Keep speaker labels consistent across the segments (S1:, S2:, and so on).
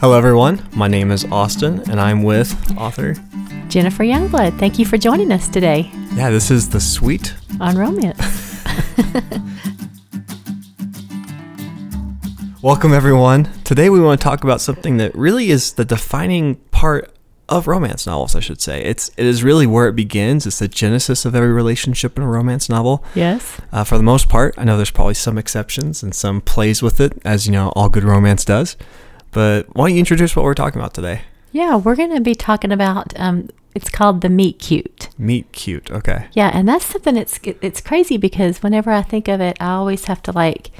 S1: Hello, everyone. My name is Austin, and I'm with author.
S2: Jennifer Youngblood, thank you for joining us today
S1: Yeah, this is the sweet.
S2: on Romance.
S1: Welcome, everyone. Today, we want to talk about something that really is the defining part of romance novels. I should say it's it is really where it begins. It's the genesis of every relationship in a romance novel.
S2: yes.
S1: Uh, for the most part, I know there's probably some exceptions and some plays with it, as you know, all good romance does. But why don't you introduce what we're talking about today?
S2: Yeah, we're going to be talking about um, it's called the Meet Cute.
S1: Meet cute. Okay.
S2: Yeah, and that's something that's it's crazy because whenever I think of it, I always have to like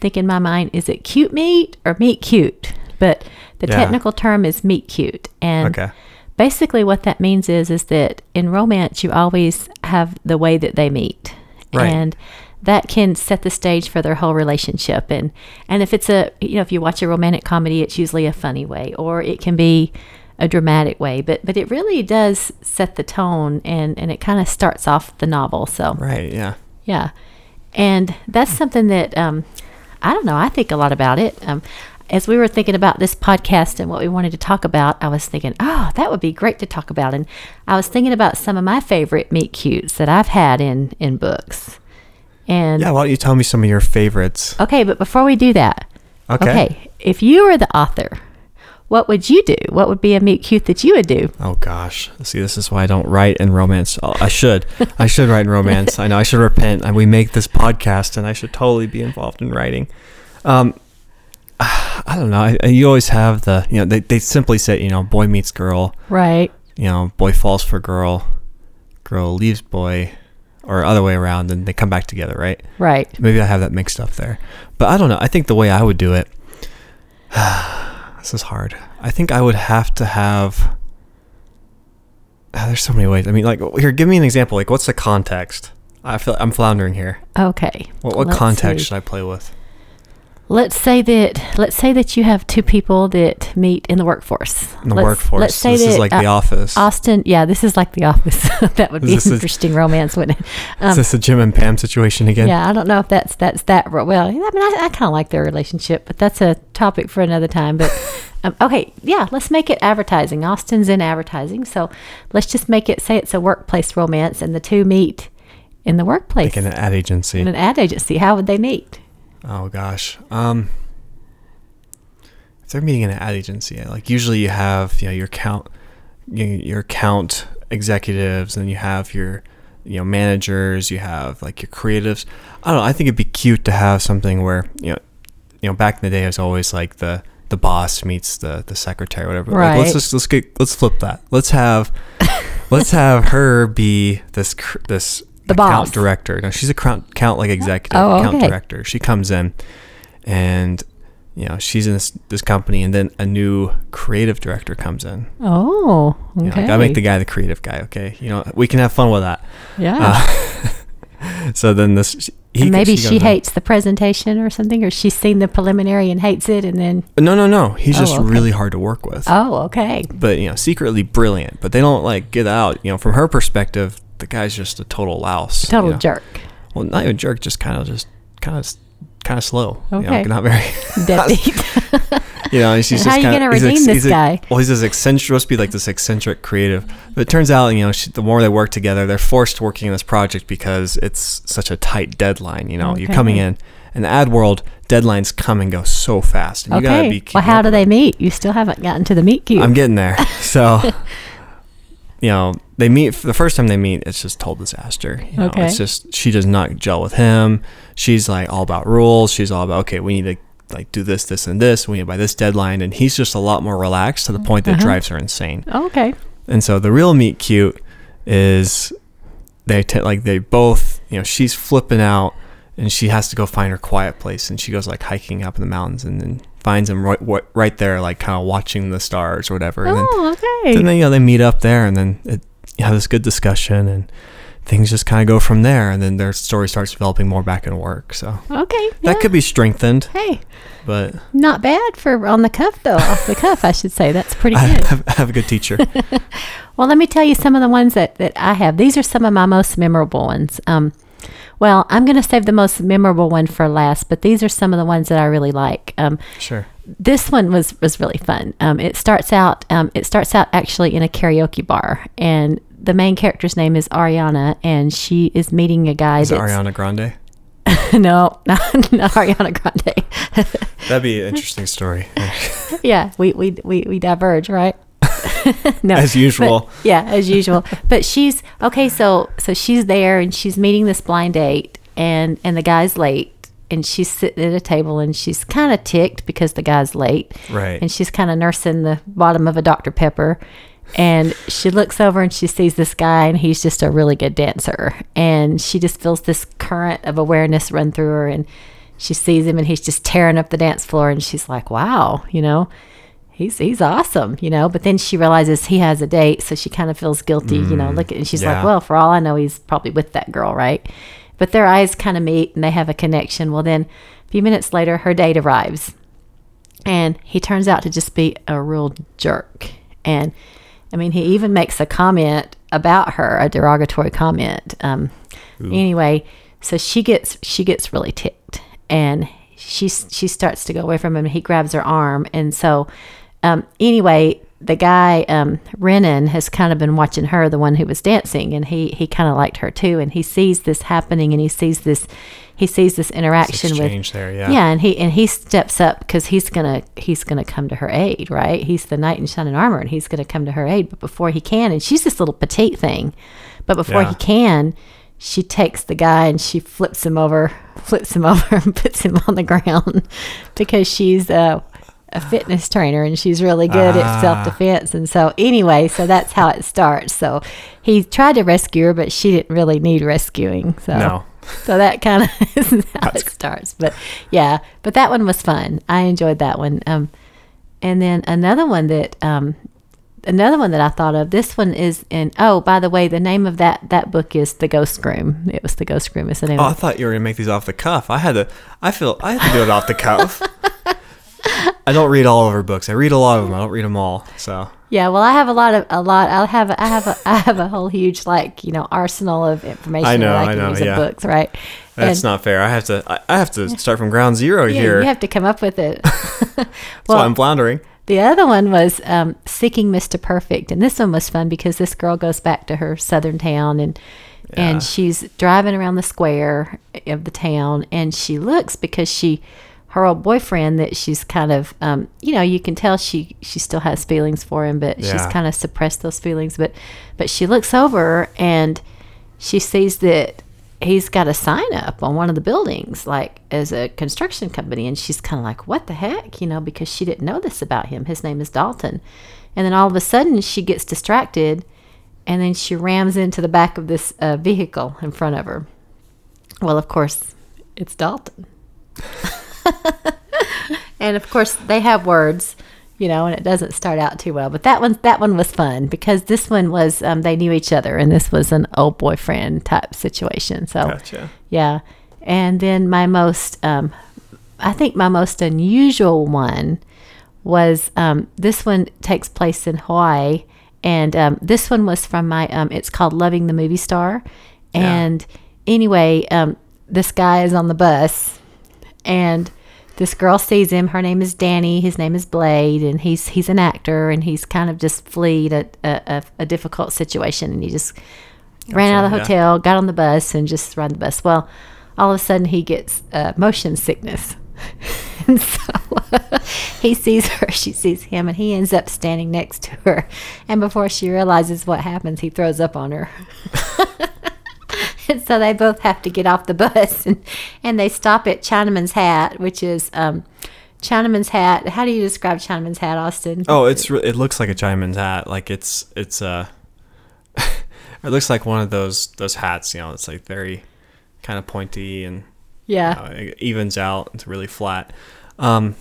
S2: think in my mind, is it cute meat or meet cute? But the
S1: Yeah.
S2: technical term is meet cute, and
S1: Okay.
S2: basically what that means is is that in romance you always have the way that they meet
S1: Right.
S2: and that can set the stage for their whole relationship and and if it's a you know if you watch a romantic comedy it's usually a funny way or it can be a dramatic way but but it really does set the tone and and it kind of starts off the novel so
S1: Right. Yeah.
S2: yeah. And that's something that um, I don't know. I think a lot about it. Um, as we were thinking about this podcast and what we wanted to talk about, I was thinking, oh, that would be great to talk about. And I was thinking about some of my favorite meet cutes that I've had in in books. And
S1: Yeah. Why don't you tell me some of your favorites?
S2: okay, but before we do that,
S1: Okay.
S2: if you were the author, what would you do? What would be a meet cute that you would do?
S1: Oh gosh. See, this is why I don't write in romance. Oh, I should. I should write in romance. I know. I should repent. And we make this podcast, and I should totally be involved in writing. Um, I don't know. I, I- you always have the you know they they simply say you know boy meets girl.
S2: Right.
S1: You know boy falls for girl, girl leaves boy, or other way around, and they come back together, right?
S2: Right.
S1: Maybe I have that mixed up there. But I don't know. I think the way I would do it, this is hard. I think I would have to have. Ah, there's so many ways. I mean, like here, give me an example. Like, what's the context? I feel I'm floundering here.
S2: Okay.
S1: What, what
S2: Let's
S1: context
S2: see.
S1: should I play with?
S2: Let's say that let's say that you have two people that meet in the workforce.
S1: In the
S2: let's,
S1: workforce.
S2: Let's say
S1: this
S2: that,
S1: is like the
S2: uh,
S1: office.
S2: Austin. Yeah, this is like the office. that would be
S1: This is-
S2: interesting romance, wouldn't it?
S1: is
S2: Um,
S1: this a Jim and Pam situation again?
S2: yeah, I don't know if that's that's that ro- well. I mean, I, I kind of like their relationship, but that's a topic for another time. But um, okay, yeah, let's make it advertising. Austin's in advertising, so let's just make it say it's a workplace romance, and the two meet in the workplace
S1: Like in an ad agency.
S2: in an ad agency. How would they meet?
S1: Oh gosh. Um if they're meeting in an ad agency, like usually you have, you know, your count you your account executives and you have your you know managers, you have like your creatives. I don't know, I think it'd be cute to have something where, you know, you know, back in the day it was always like the the boss meets the the secretary whatever. Like
S2: Right.
S1: let's just let's get let's flip that. Let's have let's have her be this cr- this
S2: The
S1: account
S2: boss.
S1: director. No, she's a count count like executive,
S2: Oh,
S1: account
S2: okay.
S1: director. She comes in, and you know she's in this this company, and then a new creative director comes in.
S2: Oh,
S1: You know,
S2: okay.
S1: like, I make the guy the creative guy. Okay, you know we can have fun with that.
S2: yeah.
S1: Uh, so then this he,
S2: And maybe
S1: goes
S2: she
S1: in.
S2: hates the presentation or something, or she's seen the preliminary and hates it, and then
S1: No, no, no. He's
S2: Oh,
S1: just
S2: okay.
S1: really hard to work with.
S2: oh, okay,
S1: but you know, secretly brilliant. But they don't like get out. You know, from her perspective, the guy's just a total louse. you
S2: total
S1: know.
S2: jerk,
S1: Well, not even jerk, just kind of just kind of kind of slow. You know,
S2: Okay.
S1: not very.
S2: deadbeat.
S1: you know, and she's
S2: How
S1: just
S2: you
S1: kinda,
S2: gonna
S1: he's
S2: redeem this
S1: he's
S2: guy?
S1: well, he's this eccentric, supposed to be like this eccentric creative, but it turns out, you know, she, the more they work together, they're forced working on this project because it's such a tight deadline. You know, you're
S2: Okay.
S1: coming in, in the ad world, deadlines come and go so fast, and you gotta be.
S2: okay. Well,
S1: keeping
S2: how
S1: up
S2: do
S1: with
S2: they
S1: it.
S2: meet? You still haven't gotten to the meet cute.
S1: I'm getting there. So, you know, they meet for the first time they meet. It's just total disaster. You know,
S2: Okay.
S1: It's just she does not gel with him. She's like all about rules. She's all about okay, we need to like do this, this, and this. We need to by this deadline, and he's just a lot more relaxed to the point that
S2: Uh-huh.
S1: drives her insane.
S2: okay.
S1: And so the real meet cute is they t- like they both you know she's flipping out and she has to go find her quiet place and she goes like hiking up in the mountains and then finds him right right- right there like kind of watching the stars or whatever. And then
S2: Oh,
S1: then
S2: okay.
S1: they, you know they meet up there and then it, you have this good discussion and things just kind of go from there and then their story starts developing more back in work so
S2: Okay.
S1: that could be strengthened
S2: Hey,
S1: but
S2: not bad for on the cuff though. Off the cuff, I should say. That's pretty
S1: I
S2: good.
S1: have, I have a good teacher
S2: Well, let me tell you some of the ones that, that I have. These are some of my most memorable ones. Um, well, I'm going to save the most memorable one for last, but these are some of the ones that I really like. Um,
S1: sure
S2: this one was was really fun. Um, it starts out um, it starts out actually in a karaoke bar, and the main character's name is Ariana, and she is meeting a guy.
S1: Is it
S2: that's-
S1: Ariana Grande?
S2: no, not, not Ariana Grande.
S1: That'd be an interesting story.
S2: yeah, we we we, we diverge, right? no,
S1: As usual.
S2: but- yeah, as usual. but she's okay. So so she's there and she's meeting this blind date, and and the guy's late, and she's sitting at a table and she's kind of ticked because the guy's late,
S1: Right.
S2: And she's kind of nursing the bottom of a Dr Pepper. And she looks over and she sees this guy, and he's just a really good dancer. And she just feels this current of awareness run through her. And she sees him, and he's just tearing up the dance floor. And she's like, wow, you know, he's he's awesome, you know. But then she realizes he has a date, so she kind of feels guilty, you know. Look, at, and she's
S1: Mm, yeah.
S2: like, well, for all I know, he's probably with that girl, right? But their eyes kind of meet and they have a connection. Well, then a few minutes later, her date arrives, and he turns out to just be a real jerk. And I mean, he even makes a comment about her, a derogatory comment. Um, anyway, so she gets she gets really ticked, and she she starts to go away from him. and He grabs her arm, and so um, anyway, the guy um, Renan has kind of been watching her, the one who was dancing, and he he kind of liked her too. And he sees this happening, and he sees this he sees this interaction with
S1: Exchange there, yeah.
S2: yeah, and he and he steps up because he's gonna he's gonna come to her aid, right? He's the knight in shining armor, and he's gonna come to her aid. But before he can, and she's this little petite thing, but before
S1: Yeah.
S2: he can, she takes the guy and she flips him over, flips him over, and puts him on the ground because she's a, a fitness trainer and she's really good
S1: Ah.
S2: at self defense. And so anyway, so that's how it starts. So he tried to rescue her, but she didn't really need rescuing. So
S1: No.
S2: so that kind of is how it starts. But yeah, but that one was fun. I enjoyed that one. Um, and then another one that um, another one that I thought of. This one is in. Oh, by the way, the name of that that book is The Ghost Groom. It was The Ghost Groom. Is the name?
S1: Oh,
S2: of
S1: I thought you were gonna make these off the cuff. I had to. I feel I had to do it off the cuff. I don't read all of her books. I read a lot of them. I don't read them all. So
S2: Yeah. Well, I have a lot of a lot. I have a, I have a I have a whole huge like you know arsenal of information.
S1: know,
S2: That I,
S1: I
S2: can
S1: know,
S2: use in
S1: yeah.
S2: books, right?
S1: that's
S2: And-
S1: not fair. I have to. I, I have to start from ground zero
S2: yeah,
S1: here.
S2: you have to come up with it.
S1: so I'm floundering.
S2: The other one was um, Seeking Mr. Perfect, and this one was fun because this girl goes back to her southern town and
S1: Yeah.
S2: and she's driving around the square of the town, and she looks because she her old boyfriend that she's kind of um, you know you can tell she she still has feelings for him, but she's
S1: Yeah.
S2: kind of suppressed those feelings. But but she looks over and she sees that he's got a sign up on one of the buildings, like as a construction company. And she's kind of like, what the heck? You know, because she didn't know this about him. His name is Dalton. And then all of a sudden, she gets distracted and then she rams into the back of this uh, vehicle in front of her. Well, of course, it's Dalton. and of course, they have words, you know, and it doesn't start out too well. But that one, that one was fun because this one was um, they knew each other, and this was an old boyfriend type situation. So
S1: Gotcha.
S2: yeah. And then my most, um, I think my most unusual one was um, this one takes place in Hawaii. And um, this one was from my, um, it's called Loving the Movie Star. And anyway, um, this guy is on the bus and this girl sees him. Her name is Danny. His name is Blade, and he's he's an actor, and he's kind of just fleed a, a, a, a difficult situation, and he just ran out of the
S1: yeah.
S2: hotel, got on the bus, and just rode the bus. Well, all of a sudden he gets uh, motion sickness, and so he sees her, she sees him, and he ends up standing next to her. And before she realizes what happens, he throws up on her. And so they both have to get off the bus and, and they stop at Chinaman's Hat, which is um, Chinaman's Hat. How do you describe Chinaman's Hat, Austin?
S1: Oh, it's re- it looks like a Chinaman's hat. Like it's it's uh it looks like one of those those hats. You know, it's like very kind of pointy and
S2: yeah.
S1: uh, it evens out. It's really flat. Um,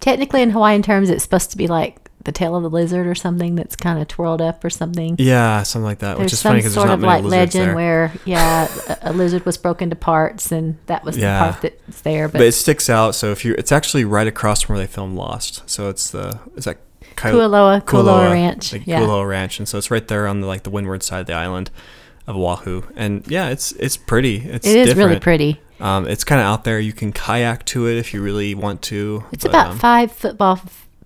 S2: Technically, in Hawaiian terms, it's supposed to be like the tail of the lizard or something that's kind of twirled up or something.
S1: yeah, something like that.
S2: There's
S1: which is
S2: some
S1: funny because there's
S2: sort
S1: not
S2: of
S1: many
S2: like
S1: lizards
S2: legend
S1: there.
S2: where, yeah, a, a lizard was broken to parts, and that was
S1: Yeah.
S2: the part that's there. But,
S1: but it sticks out. So if you, it's actually right across from where they filmed Lost. So it's the it's that
S2: Kualoa- Kualoa Ranch,
S1: uh, like
S2: yeah.
S1: Kualoa Ranch, and so it's right there on the like the windward side of the island of Oahu. And yeah, it's it's pretty. It's
S2: it is really
S1: different.
S2: pretty.
S1: Um, it's kind of out there. You can kayak to it if you really want to.
S2: It's
S1: but,
S2: about
S1: um,
S2: five football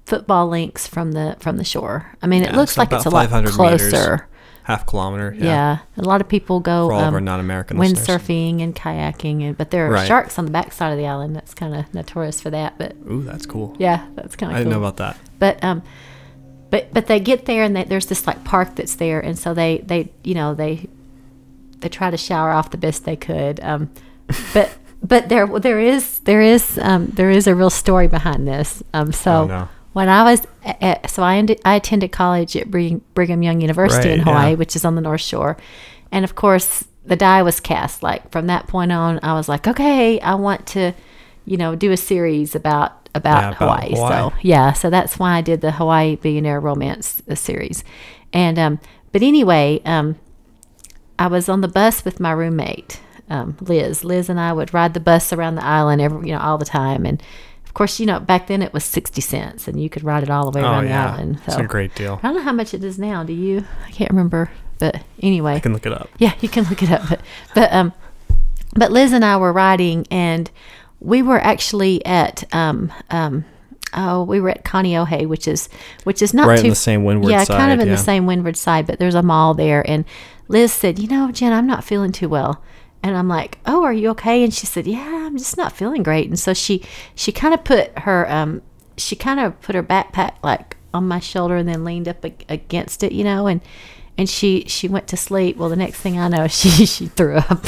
S2: football lengths from the from the shore. I mean, it
S1: Yeah,
S2: looks
S1: so
S2: like it's a
S1: about
S2: lot
S1: 500 meters.
S2: closer.
S1: half kilometer.
S2: Yeah. a lot of people go
S1: For all of our
S2: um,
S1: non-American listeners.
S2: windsurfing and kayaking, and but there are
S1: Right.
S2: sharks on the backside of the island. That's kind of notorious for that. But
S1: Ooh, that's cool.
S2: yeah, that's kind
S1: I
S2: of
S1: didn't
S2: cool.
S1: know about that.
S2: but um but but they get there and they, there's this like park that's there and so they they you know they they try to shower off the best they could um but but there there is there is um there is a real story behind this um so
S1: Oh, no.
S2: when I was a- at, so I ended, I attended college at Brig- Brigham Young University
S1: Right,
S2: in Hawaii
S1: yeah.
S2: which is on the North Shore and of course the die was cast like from that point on I was like okay I want to you know do a series about about,
S1: Yeah, about
S2: Hawaii.
S1: Hawaii.
S2: so yeah, so that's why I did the Hawaii Billionaire Romance uh, series. And um, but anyway, um, I was on the bus with my roommate, um, Liz. Liz and I would ride the bus around the island every, you know, all the time. And of course, you know, back then it was sixty cents, and you could ride it all the way
S1: Oh
S2: around the
S1: yeah,
S2: island.
S1: it's
S2: So
S1: a great deal.
S2: I don't know how much it is now. Do you? I can't remember. But anyway,
S1: I can look it up.
S2: yeah, you can look it up. But but um, but Liz and I were riding, and we were actually at um um. Oh, we were at Kaneohe, which is which is not
S1: Right on
S2: too
S1: the same windward
S2: yeah, kind
S1: side,
S2: of in the
S1: yeah.
S2: same windward side, but there's a mall there. And Liz said, "You know, Jen, I'm not feeling too well." And I'm like, "Oh, are you okay?" And she said, "Yeah, I'm just not feeling great." And so she she kind of put her um she kind of put her backpack like on my shoulder and then leaned up ag- against it, you know, and and she she went to sleep. Well, the next thing I know, she she threw up.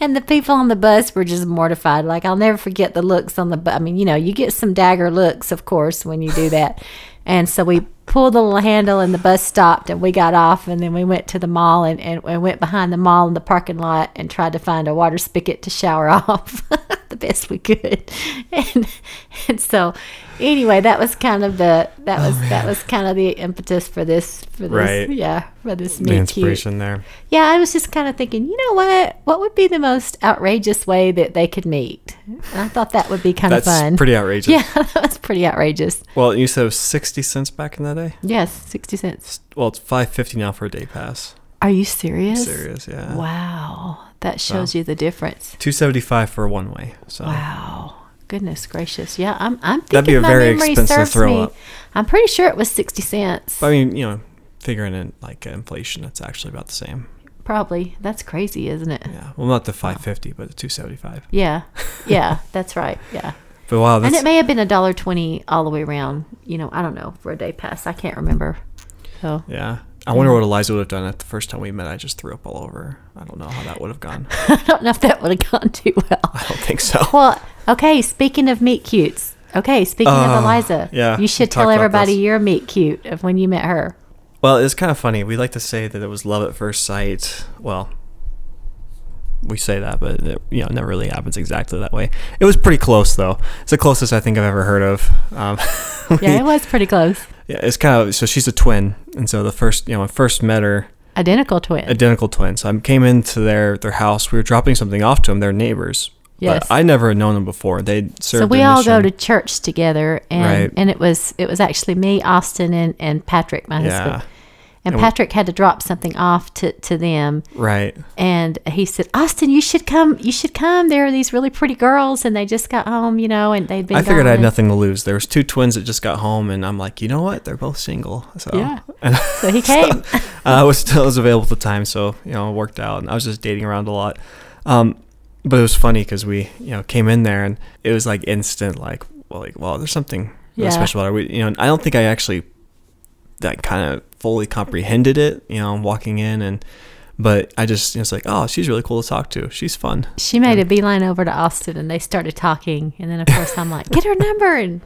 S2: And the people on the bus were just mortified. Like I'll never forget the looks on the bus. I mean, you know, you get some dagger looks, of course, when you do that. and so we pulled the little handle, and the bus stopped, and we got off, and then we went to the mall and, and, and went behind the mall in the parking lot and tried to find a water spigot to shower off the best we could. And and so anyway, that was kind of the that was that was kind of the impetus for this for this
S1: Oh, Right.
S2: yeah for this
S1: The
S2: meet cute.
S1: inspiration there.
S2: Yeah, I was just kind of thinking, you know what? What would be the most outrageous way that they could meet? And I thought that would be kind
S1: That's
S2: of fun.
S1: pretty outrageous.
S2: yeah, that was pretty outrageous.
S1: Well, you said it was sixty cents back in the day.
S2: Yes, 60 cents.
S1: S- Well, it's five fifty now for a day pass.
S2: Are you serious?
S1: Serious, yeah.
S2: Wow. That shows you the difference.
S1: Two seventy five for a one way. So
S2: Wow. Goodness gracious. Yeah, I'm I'm thinking
S1: That'd be a
S2: my
S1: very
S2: memory
S1: expensive
S2: serves
S1: throw
S2: me.
S1: up.
S2: I'm pretty sure it was 60 cents.
S1: I mean, you know, figuring in like inflation, it's actually about the same.
S2: Probably. That's crazy, isn't it?
S1: Yeah. Well, not the five fifty, but the two seventy five.
S2: Yeah. Yeah, that's right. Yeah.
S1: But wow,
S2: And
S1: that's
S2: it may have been a dollar twenty all the way around. You know, I don't know for a day pass. I can't remember. So
S1: yeah. I wonder what Eliza would have done if the first time we met. I just threw up all over. I don't know how that would have gone. I
S2: I don't know if that would have gone too well.
S1: don't think so.
S2: Well, okay. Speaking of meet cutes, okay. Speaking
S1: Oh,
S2: of Eliza,
S1: yeah,
S2: you should
S1: we talked
S2: tell
S1: about
S2: everybody
S1: this.
S2: your meet cute of when you met her.
S1: Well, it's kind of funny. We like to say that it was love at first sight. Well, we say that, but it, you know, it never really happens exactly that way. It was pretty close, though. It's the closest I think I've ever heard of. Um, we-
S2: Yeah, it was pretty close.
S1: yeah, it's kind of so she's a twin, and so the first you know, I first met her
S2: Identical twin.
S1: identical twins. So I came into their their house. We were dropping something off to them. Their neighbors.
S2: Yes.
S1: But I never had known them before. They served.
S2: so we
S1: a
S2: all go to
S1: mission.
S2: church together, and
S1: Right.
S2: and it was it was actually me, Austin, and and Patrick, my
S1: Yeah.
S2: husband. And
S1: And we-
S2: Patrick had to drop something off to, to them,
S1: Right.
S2: and he said, "Austin, you should come. You should come. There are these really pretty girls, and they just got home, you know, and they've been."
S1: I figured
S2: gone
S1: I had
S2: and-
S1: nothing to lose. There was two twins that just got home, and I'm like, you know what? They're both single. So
S2: Yeah.
S1: And
S2: So he came.
S1: I was still I was available at the time, so you know, it worked out, and I was just dating around a lot. Um, but it was funny because we, you know, came in there, and it was like instant, like, well, like, well, there's something really
S2: Yeah.
S1: special about her. We, you know, and I don't think I actually that kind of fully comprehended it, you know, walking in, and but I just, you know, it's like, oh, she's really cool to talk to. She's fun.
S2: she made a beeline over to Austin, and they started talking. And then, of course, I'm like, "Get her number!" And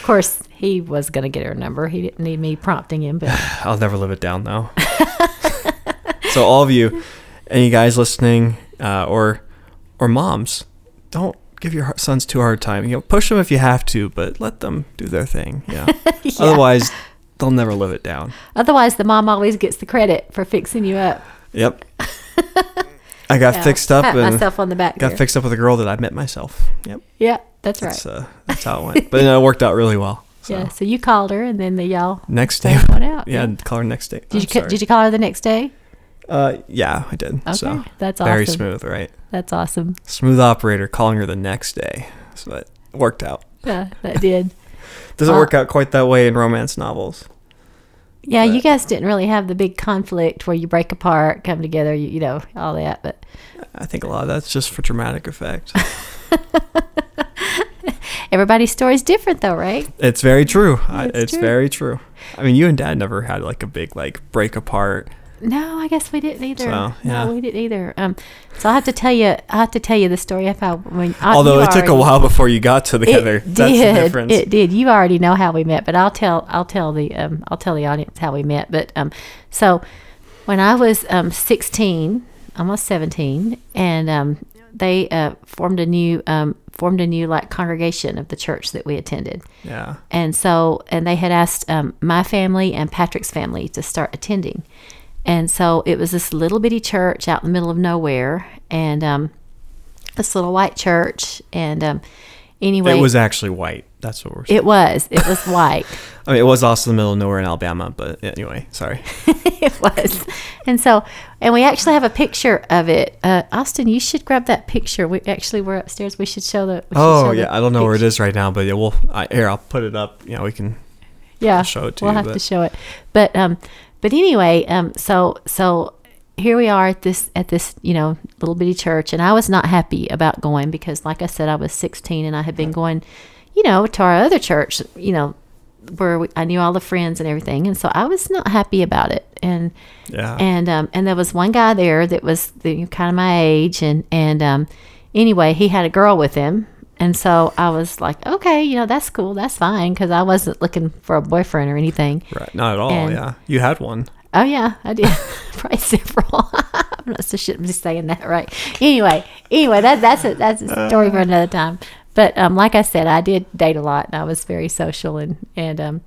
S2: of course, he was gonna get her number. He didn't need me prompting him, but
S1: I'll never live it down though. so all of you, any guys listening, uh, or or moms, don't give your har- sons too hard a time. You know, push them if you have to, but let them do their thing. Yeah. Otherwise, they'll never live it down.
S2: otherwise, the mom always gets the credit for fixing you up.
S1: Yep. I got
S2: Yeah.
S1: fixed up
S2: Pat
S1: and
S2: myself on the back.
S1: got
S2: there.
S1: fixed up with a girl that I met myself. Yep.
S2: Yeah, that's right.
S1: That's uh, that's how it went. But you know, it worked out really well. So
S2: Yeah. So you called her, and then the y'all.
S1: next day.
S2: Thing went out,
S1: Yeah,
S2: yeah.
S1: call her next day.
S2: Did you ca- did you call her the next day?
S1: Uh, yeah, I did.
S2: Okay,
S1: So
S2: that's awesome.
S1: very smooth, right?
S2: That's awesome.
S1: Smooth operator calling her the next day, so it worked out.
S2: Yeah, that did.
S1: Doesn't
S2: Uh,
S1: work out quite that way in romance novels.
S2: Yeah, you
S1: But-
S2: guys didn't really have the big conflict where you break apart, come together, you, you know, all that. But
S1: I think a lot of that's just for dramatic effect.
S2: everybody's story is different, though, right?
S1: It's very true. I,
S2: It's
S1: it's
S2: true.
S1: very true. I mean, you and Dad never had like a big like break apart.
S2: No, I guess we didn't either.
S1: So, yeah.
S2: No, we didn't either. Um, so I have to tell you, I have to tell you the story of how when. I-
S1: Although
S2: Uh, you
S1: it took a
S2: already-
S1: while before you got to together.
S2: It
S1: that's
S2: did.
S1: the difference.
S2: It did. You already know how we met, but I'll tell. I'll tell the. Um, I'll tell the audience how we met. But um, so when I was um 16, almost 17, and um, they uh, formed a new um formed a new like congregation of the church that we attended.
S1: yeah.
S2: And so, and they had asked um, my family and Patrick's family to start attending. And so it was this little bitty church out in the middle of nowhere, and um, this little white church. And um, anyway,
S1: It was actually white. That's what we're.
S2: it was it was white.
S1: I mean, it was also the middle of nowhere in Alabama, but anyway, sorry.
S2: it was. And so, and we actually have a picture of it. Uh, Austin, you should grab that picture. We actually were upstairs. We should show the. We should show
S1: Oh
S2: the
S1: yeah, I don't know where it
S2: picture.
S1: is right now, but it will. I, here, I'll put it up. Yeah, we can.
S2: yeah,
S1: show it to
S2: we'll
S1: you,
S2: have to
S1: but-
S2: show it. But um, but anyway, um, so so here we are at this at this you know little bitty church, and I was not happy about going because, like I said, I was 16 and I had been going, you know, to our other church, you know, where we, I knew all the friends and everything, and so I was not happy about it, and
S1: Yeah.
S2: and um, and there was one guy there that was the, kind of my age, and and um, anyway, he had a girl with him, and so I was like, okay, you know, that's cool, that's fine, because I wasn't looking for a boyfriend or anything.
S1: right. Not at all.
S2: and-
S1: yeah. You had one.
S2: Oh yeah, I did. Probably several. I'm not so shit. I'm just saying that right. Anyway, anyway, that that's a that's a story for another time. But um, like I said, I did date a lot, and I was very social and and um,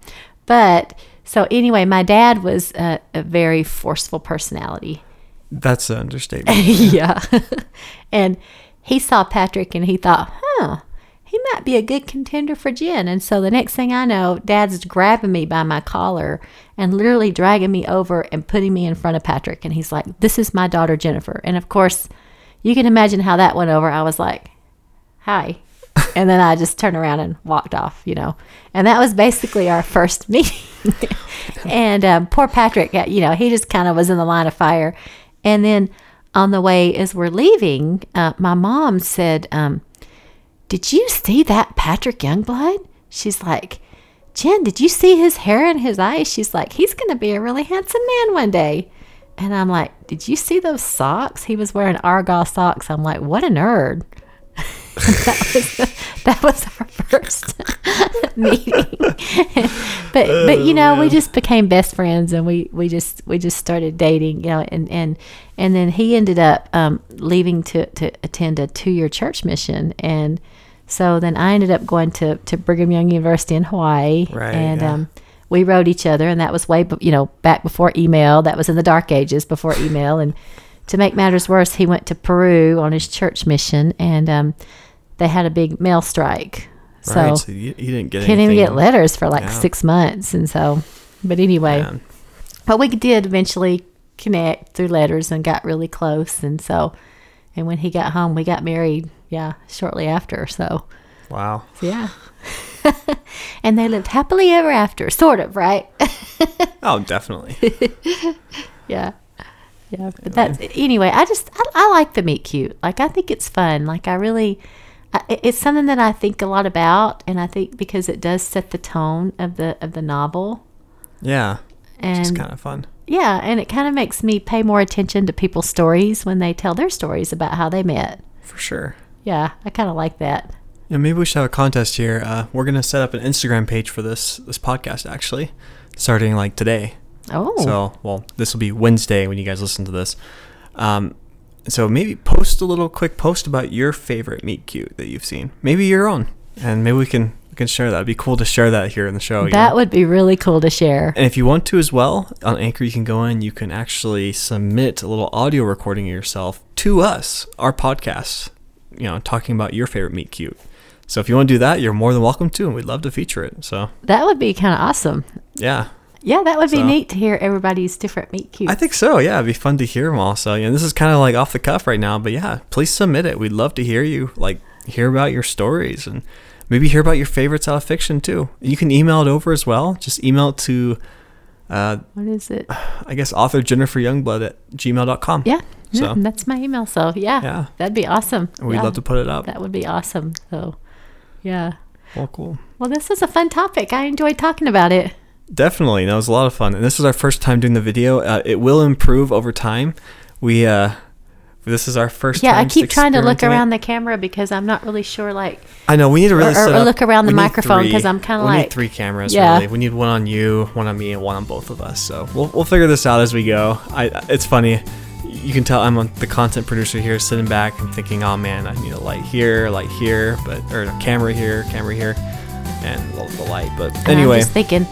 S2: but so anyway, my dad was a, a very forceful personality.
S1: That's an understatement.
S2: yeah. and he saw Patrick and he thought, huh, he might be a good contender for Jen. And so the next thing I know, Dad's grabbing me by my collar and literally dragging me over and putting me in front of Patrick. And he's like, this is my daughter, Jennifer. And of course, you can imagine how that went over. I was like, hi. and then I just turned around and walked off, you know. And that was basically our first meeting. and um, poor Patrick, uh, you know, he just kind of was in the line of fire. And then on the way, as we're leaving, uh, my mom said, um, Did you see that Patrick Youngblood? She's like, Jen, did you see his hair and his eyes? She's like, He's going to be a really handsome man one day. And I'm like, Did you see those socks? He was wearing Argyle socks. I'm like, What a nerd. that was that was our first meeting. but but
S1: Oh,
S2: you know, we just became best friends and we, we just we just started dating, you know, and and, and then he ended up um, leaving to, to attend a two year church mission and so then I ended up going to, to Brigham Young University in Hawaii.
S1: Right,
S2: And
S1: yeah.
S2: um we wrote each other and that was way be- you know back before email that was in the dark ages before email and to make matters worse he went to peru on his church mission and um, they had a big mail strike so
S1: right. So you, you didn't get
S2: couldn't even
S1: anything.
S2: get letters for like
S1: Yeah.
S2: six months and so but anyway
S1: Man.
S2: but we did eventually connect through letters and got really close and so and when he got home we got married yeah shortly after so
S1: Wow.
S2: yeah and they lived happily ever after sort of right
S1: Oh, definitely.
S2: yeah yeah but that's anyway i just I, I like the meet cute like i think it's fun like i really I, it- it's something that i think a lot about and i think because it does set the tone of the of the novel
S1: Yeah. It's
S2: and
S1: kind of fun.
S2: yeah and it kind of makes me pay more attention to people's stories when they tell their stories about how they met
S1: For sure.
S2: yeah i kind of like that
S1: Yeah, maybe we should have a contest here. Uh, we're gonna set up an Instagram page for this this podcast actually, starting like today.
S2: oh
S1: So, well, this will be Wednesday when you guys listen to this. Um, so maybe post a little quick post about your favorite meet cute that you've seen, maybe your own, and maybe we can we can share that. It'd be cool to share that here in the show. you know?
S2: that would be really cool to share
S1: And if you want to as well, on Anchor, you can go in, you can actually submit a little audio recording of yourself to us, our podcast, you know, talking about your favorite meet cute. So if you want to do that, you're more than welcome to, and we'd love to feature it. So
S2: that would be kind of awesome
S1: yeah,
S2: Yeah, that would be
S1: So-
S2: neat to hear everybody's different meet cutes.
S1: I think so. Yeah, it'd be fun to hear them also. You know, this is kind of like off the cuff right now, but yeah, please submit it. We'd love to hear you, like hear about your stories and maybe hear about your favorites out of fiction too. You can email it over as well. Just email it to, uh,
S2: What is it?
S1: I guess author Jennifer Youngblood at gmail.com.
S2: Yeah, yeah,
S1: So-
S2: and that's my email. So yeah,
S1: Yeah.
S2: that'd be awesome.
S1: We'd
S2: Yeah,
S1: love to put it up.
S2: That would be awesome. So, yeah.
S1: Well, cool.
S2: Well, this was a fun topic. I enjoyed talking about it.
S1: Definitely, that was a lot of fun, and this is our first time doing the video. Uh, it will improve over time. We uh, this is our first.
S2: Yeah, I
S1: time just
S2: keep trying to look
S1: experimenting it.
S2: around the camera because I'm not really sure. Like,
S1: I know we need to really
S2: or-
S1: set
S2: or
S1: up-
S2: look around the
S1: we need
S2: microphone,
S1: three.
S2: 'cause I'm kinda
S1: We
S2: like-
S1: need three cameras.
S2: Yeah.
S1: really. We need one on you, one on me, and one on both of us. So we'll we'll figure this out as we go. I it's funny. You can tell I'm the content producer here, sitting back and thinking, "Oh man, I need a light here, light here, but or a camera here, camera here, and well, the light." But
S2: and
S1: anyway,
S2: I'm just thinking,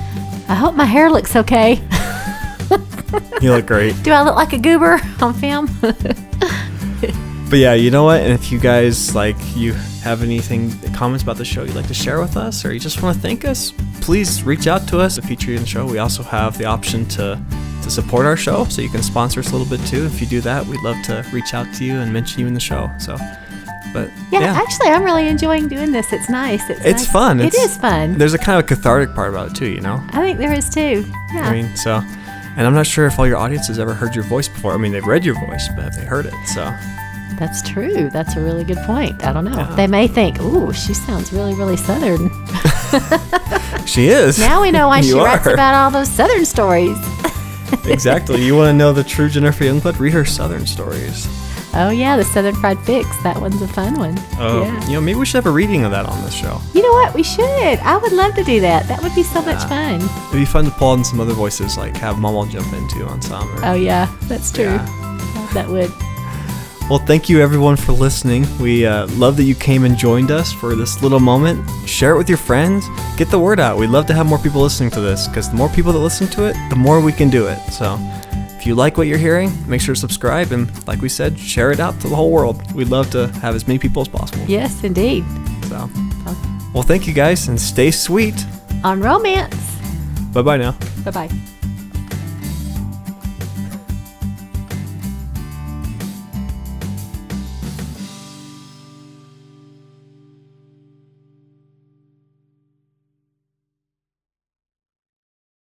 S2: I hope my hair looks okay.
S1: you look great.
S2: Do I look like a goober on film?
S1: But yeah, you know what? And if you guys like you have anything comments about the show you'd like to share with us, or you just want to thank us, please reach out to us to feature you in the show. We also have the option to to support our show, so you can sponsor us a little bit too. If you do that, we'd love to reach out to you and mention you in the show. So, but
S2: yeah,
S1: yeah,
S2: actually, I'm really enjoying doing this. It's nice. It's,
S1: it's
S2: nice.
S1: fun.
S2: It is fun.
S1: There's a kind of a cathartic part about it too, you know.
S2: I think there is too. Yeah.
S1: I mean, so. And I'm not sure if all your audience has ever heard your voice before. I mean, they've read your voice, but have they heard it? So,
S2: That's true. That's a really good point. I don't know.
S1: Yeah.
S2: They may think, "Ooh, she sounds really, really southern."
S1: she is.
S2: Now we know why she
S1: You
S2: writes
S1: are.
S2: about all those southern stories.
S1: exactly. You want to know the true Jennifer Youngblood? Read her Southern stories.
S2: Oh yeah, the Southern Fried Fix. That one's a fun one.
S1: Oh,
S2: yeah.
S1: you know, maybe we should have a reading of that on this show.
S2: You know what? We should. I would love to do that. That would be so
S1: Ah.
S2: much fun.
S1: It'd be fun to pull in some other voices, like have Mama jump into on some. Or,
S2: Oh yeah, that's true.
S1: Yeah.
S2: That would.
S1: Well, thank you everyone for listening. We uh, love that you came and joined us for this little moment. Share it with your friends. Get the word out. We'd love to have more people listening to this because the more people that listen to it, the more we can do it. So, if you like what you're hearing, make sure to subscribe and, like we said, share it out to the whole world. We'd love to have as many people as possible.
S2: Yes, indeed.
S1: So, well, thank you guys and stay sweet.
S2: On romance.
S1: Bye bye now.
S2: Bye bye.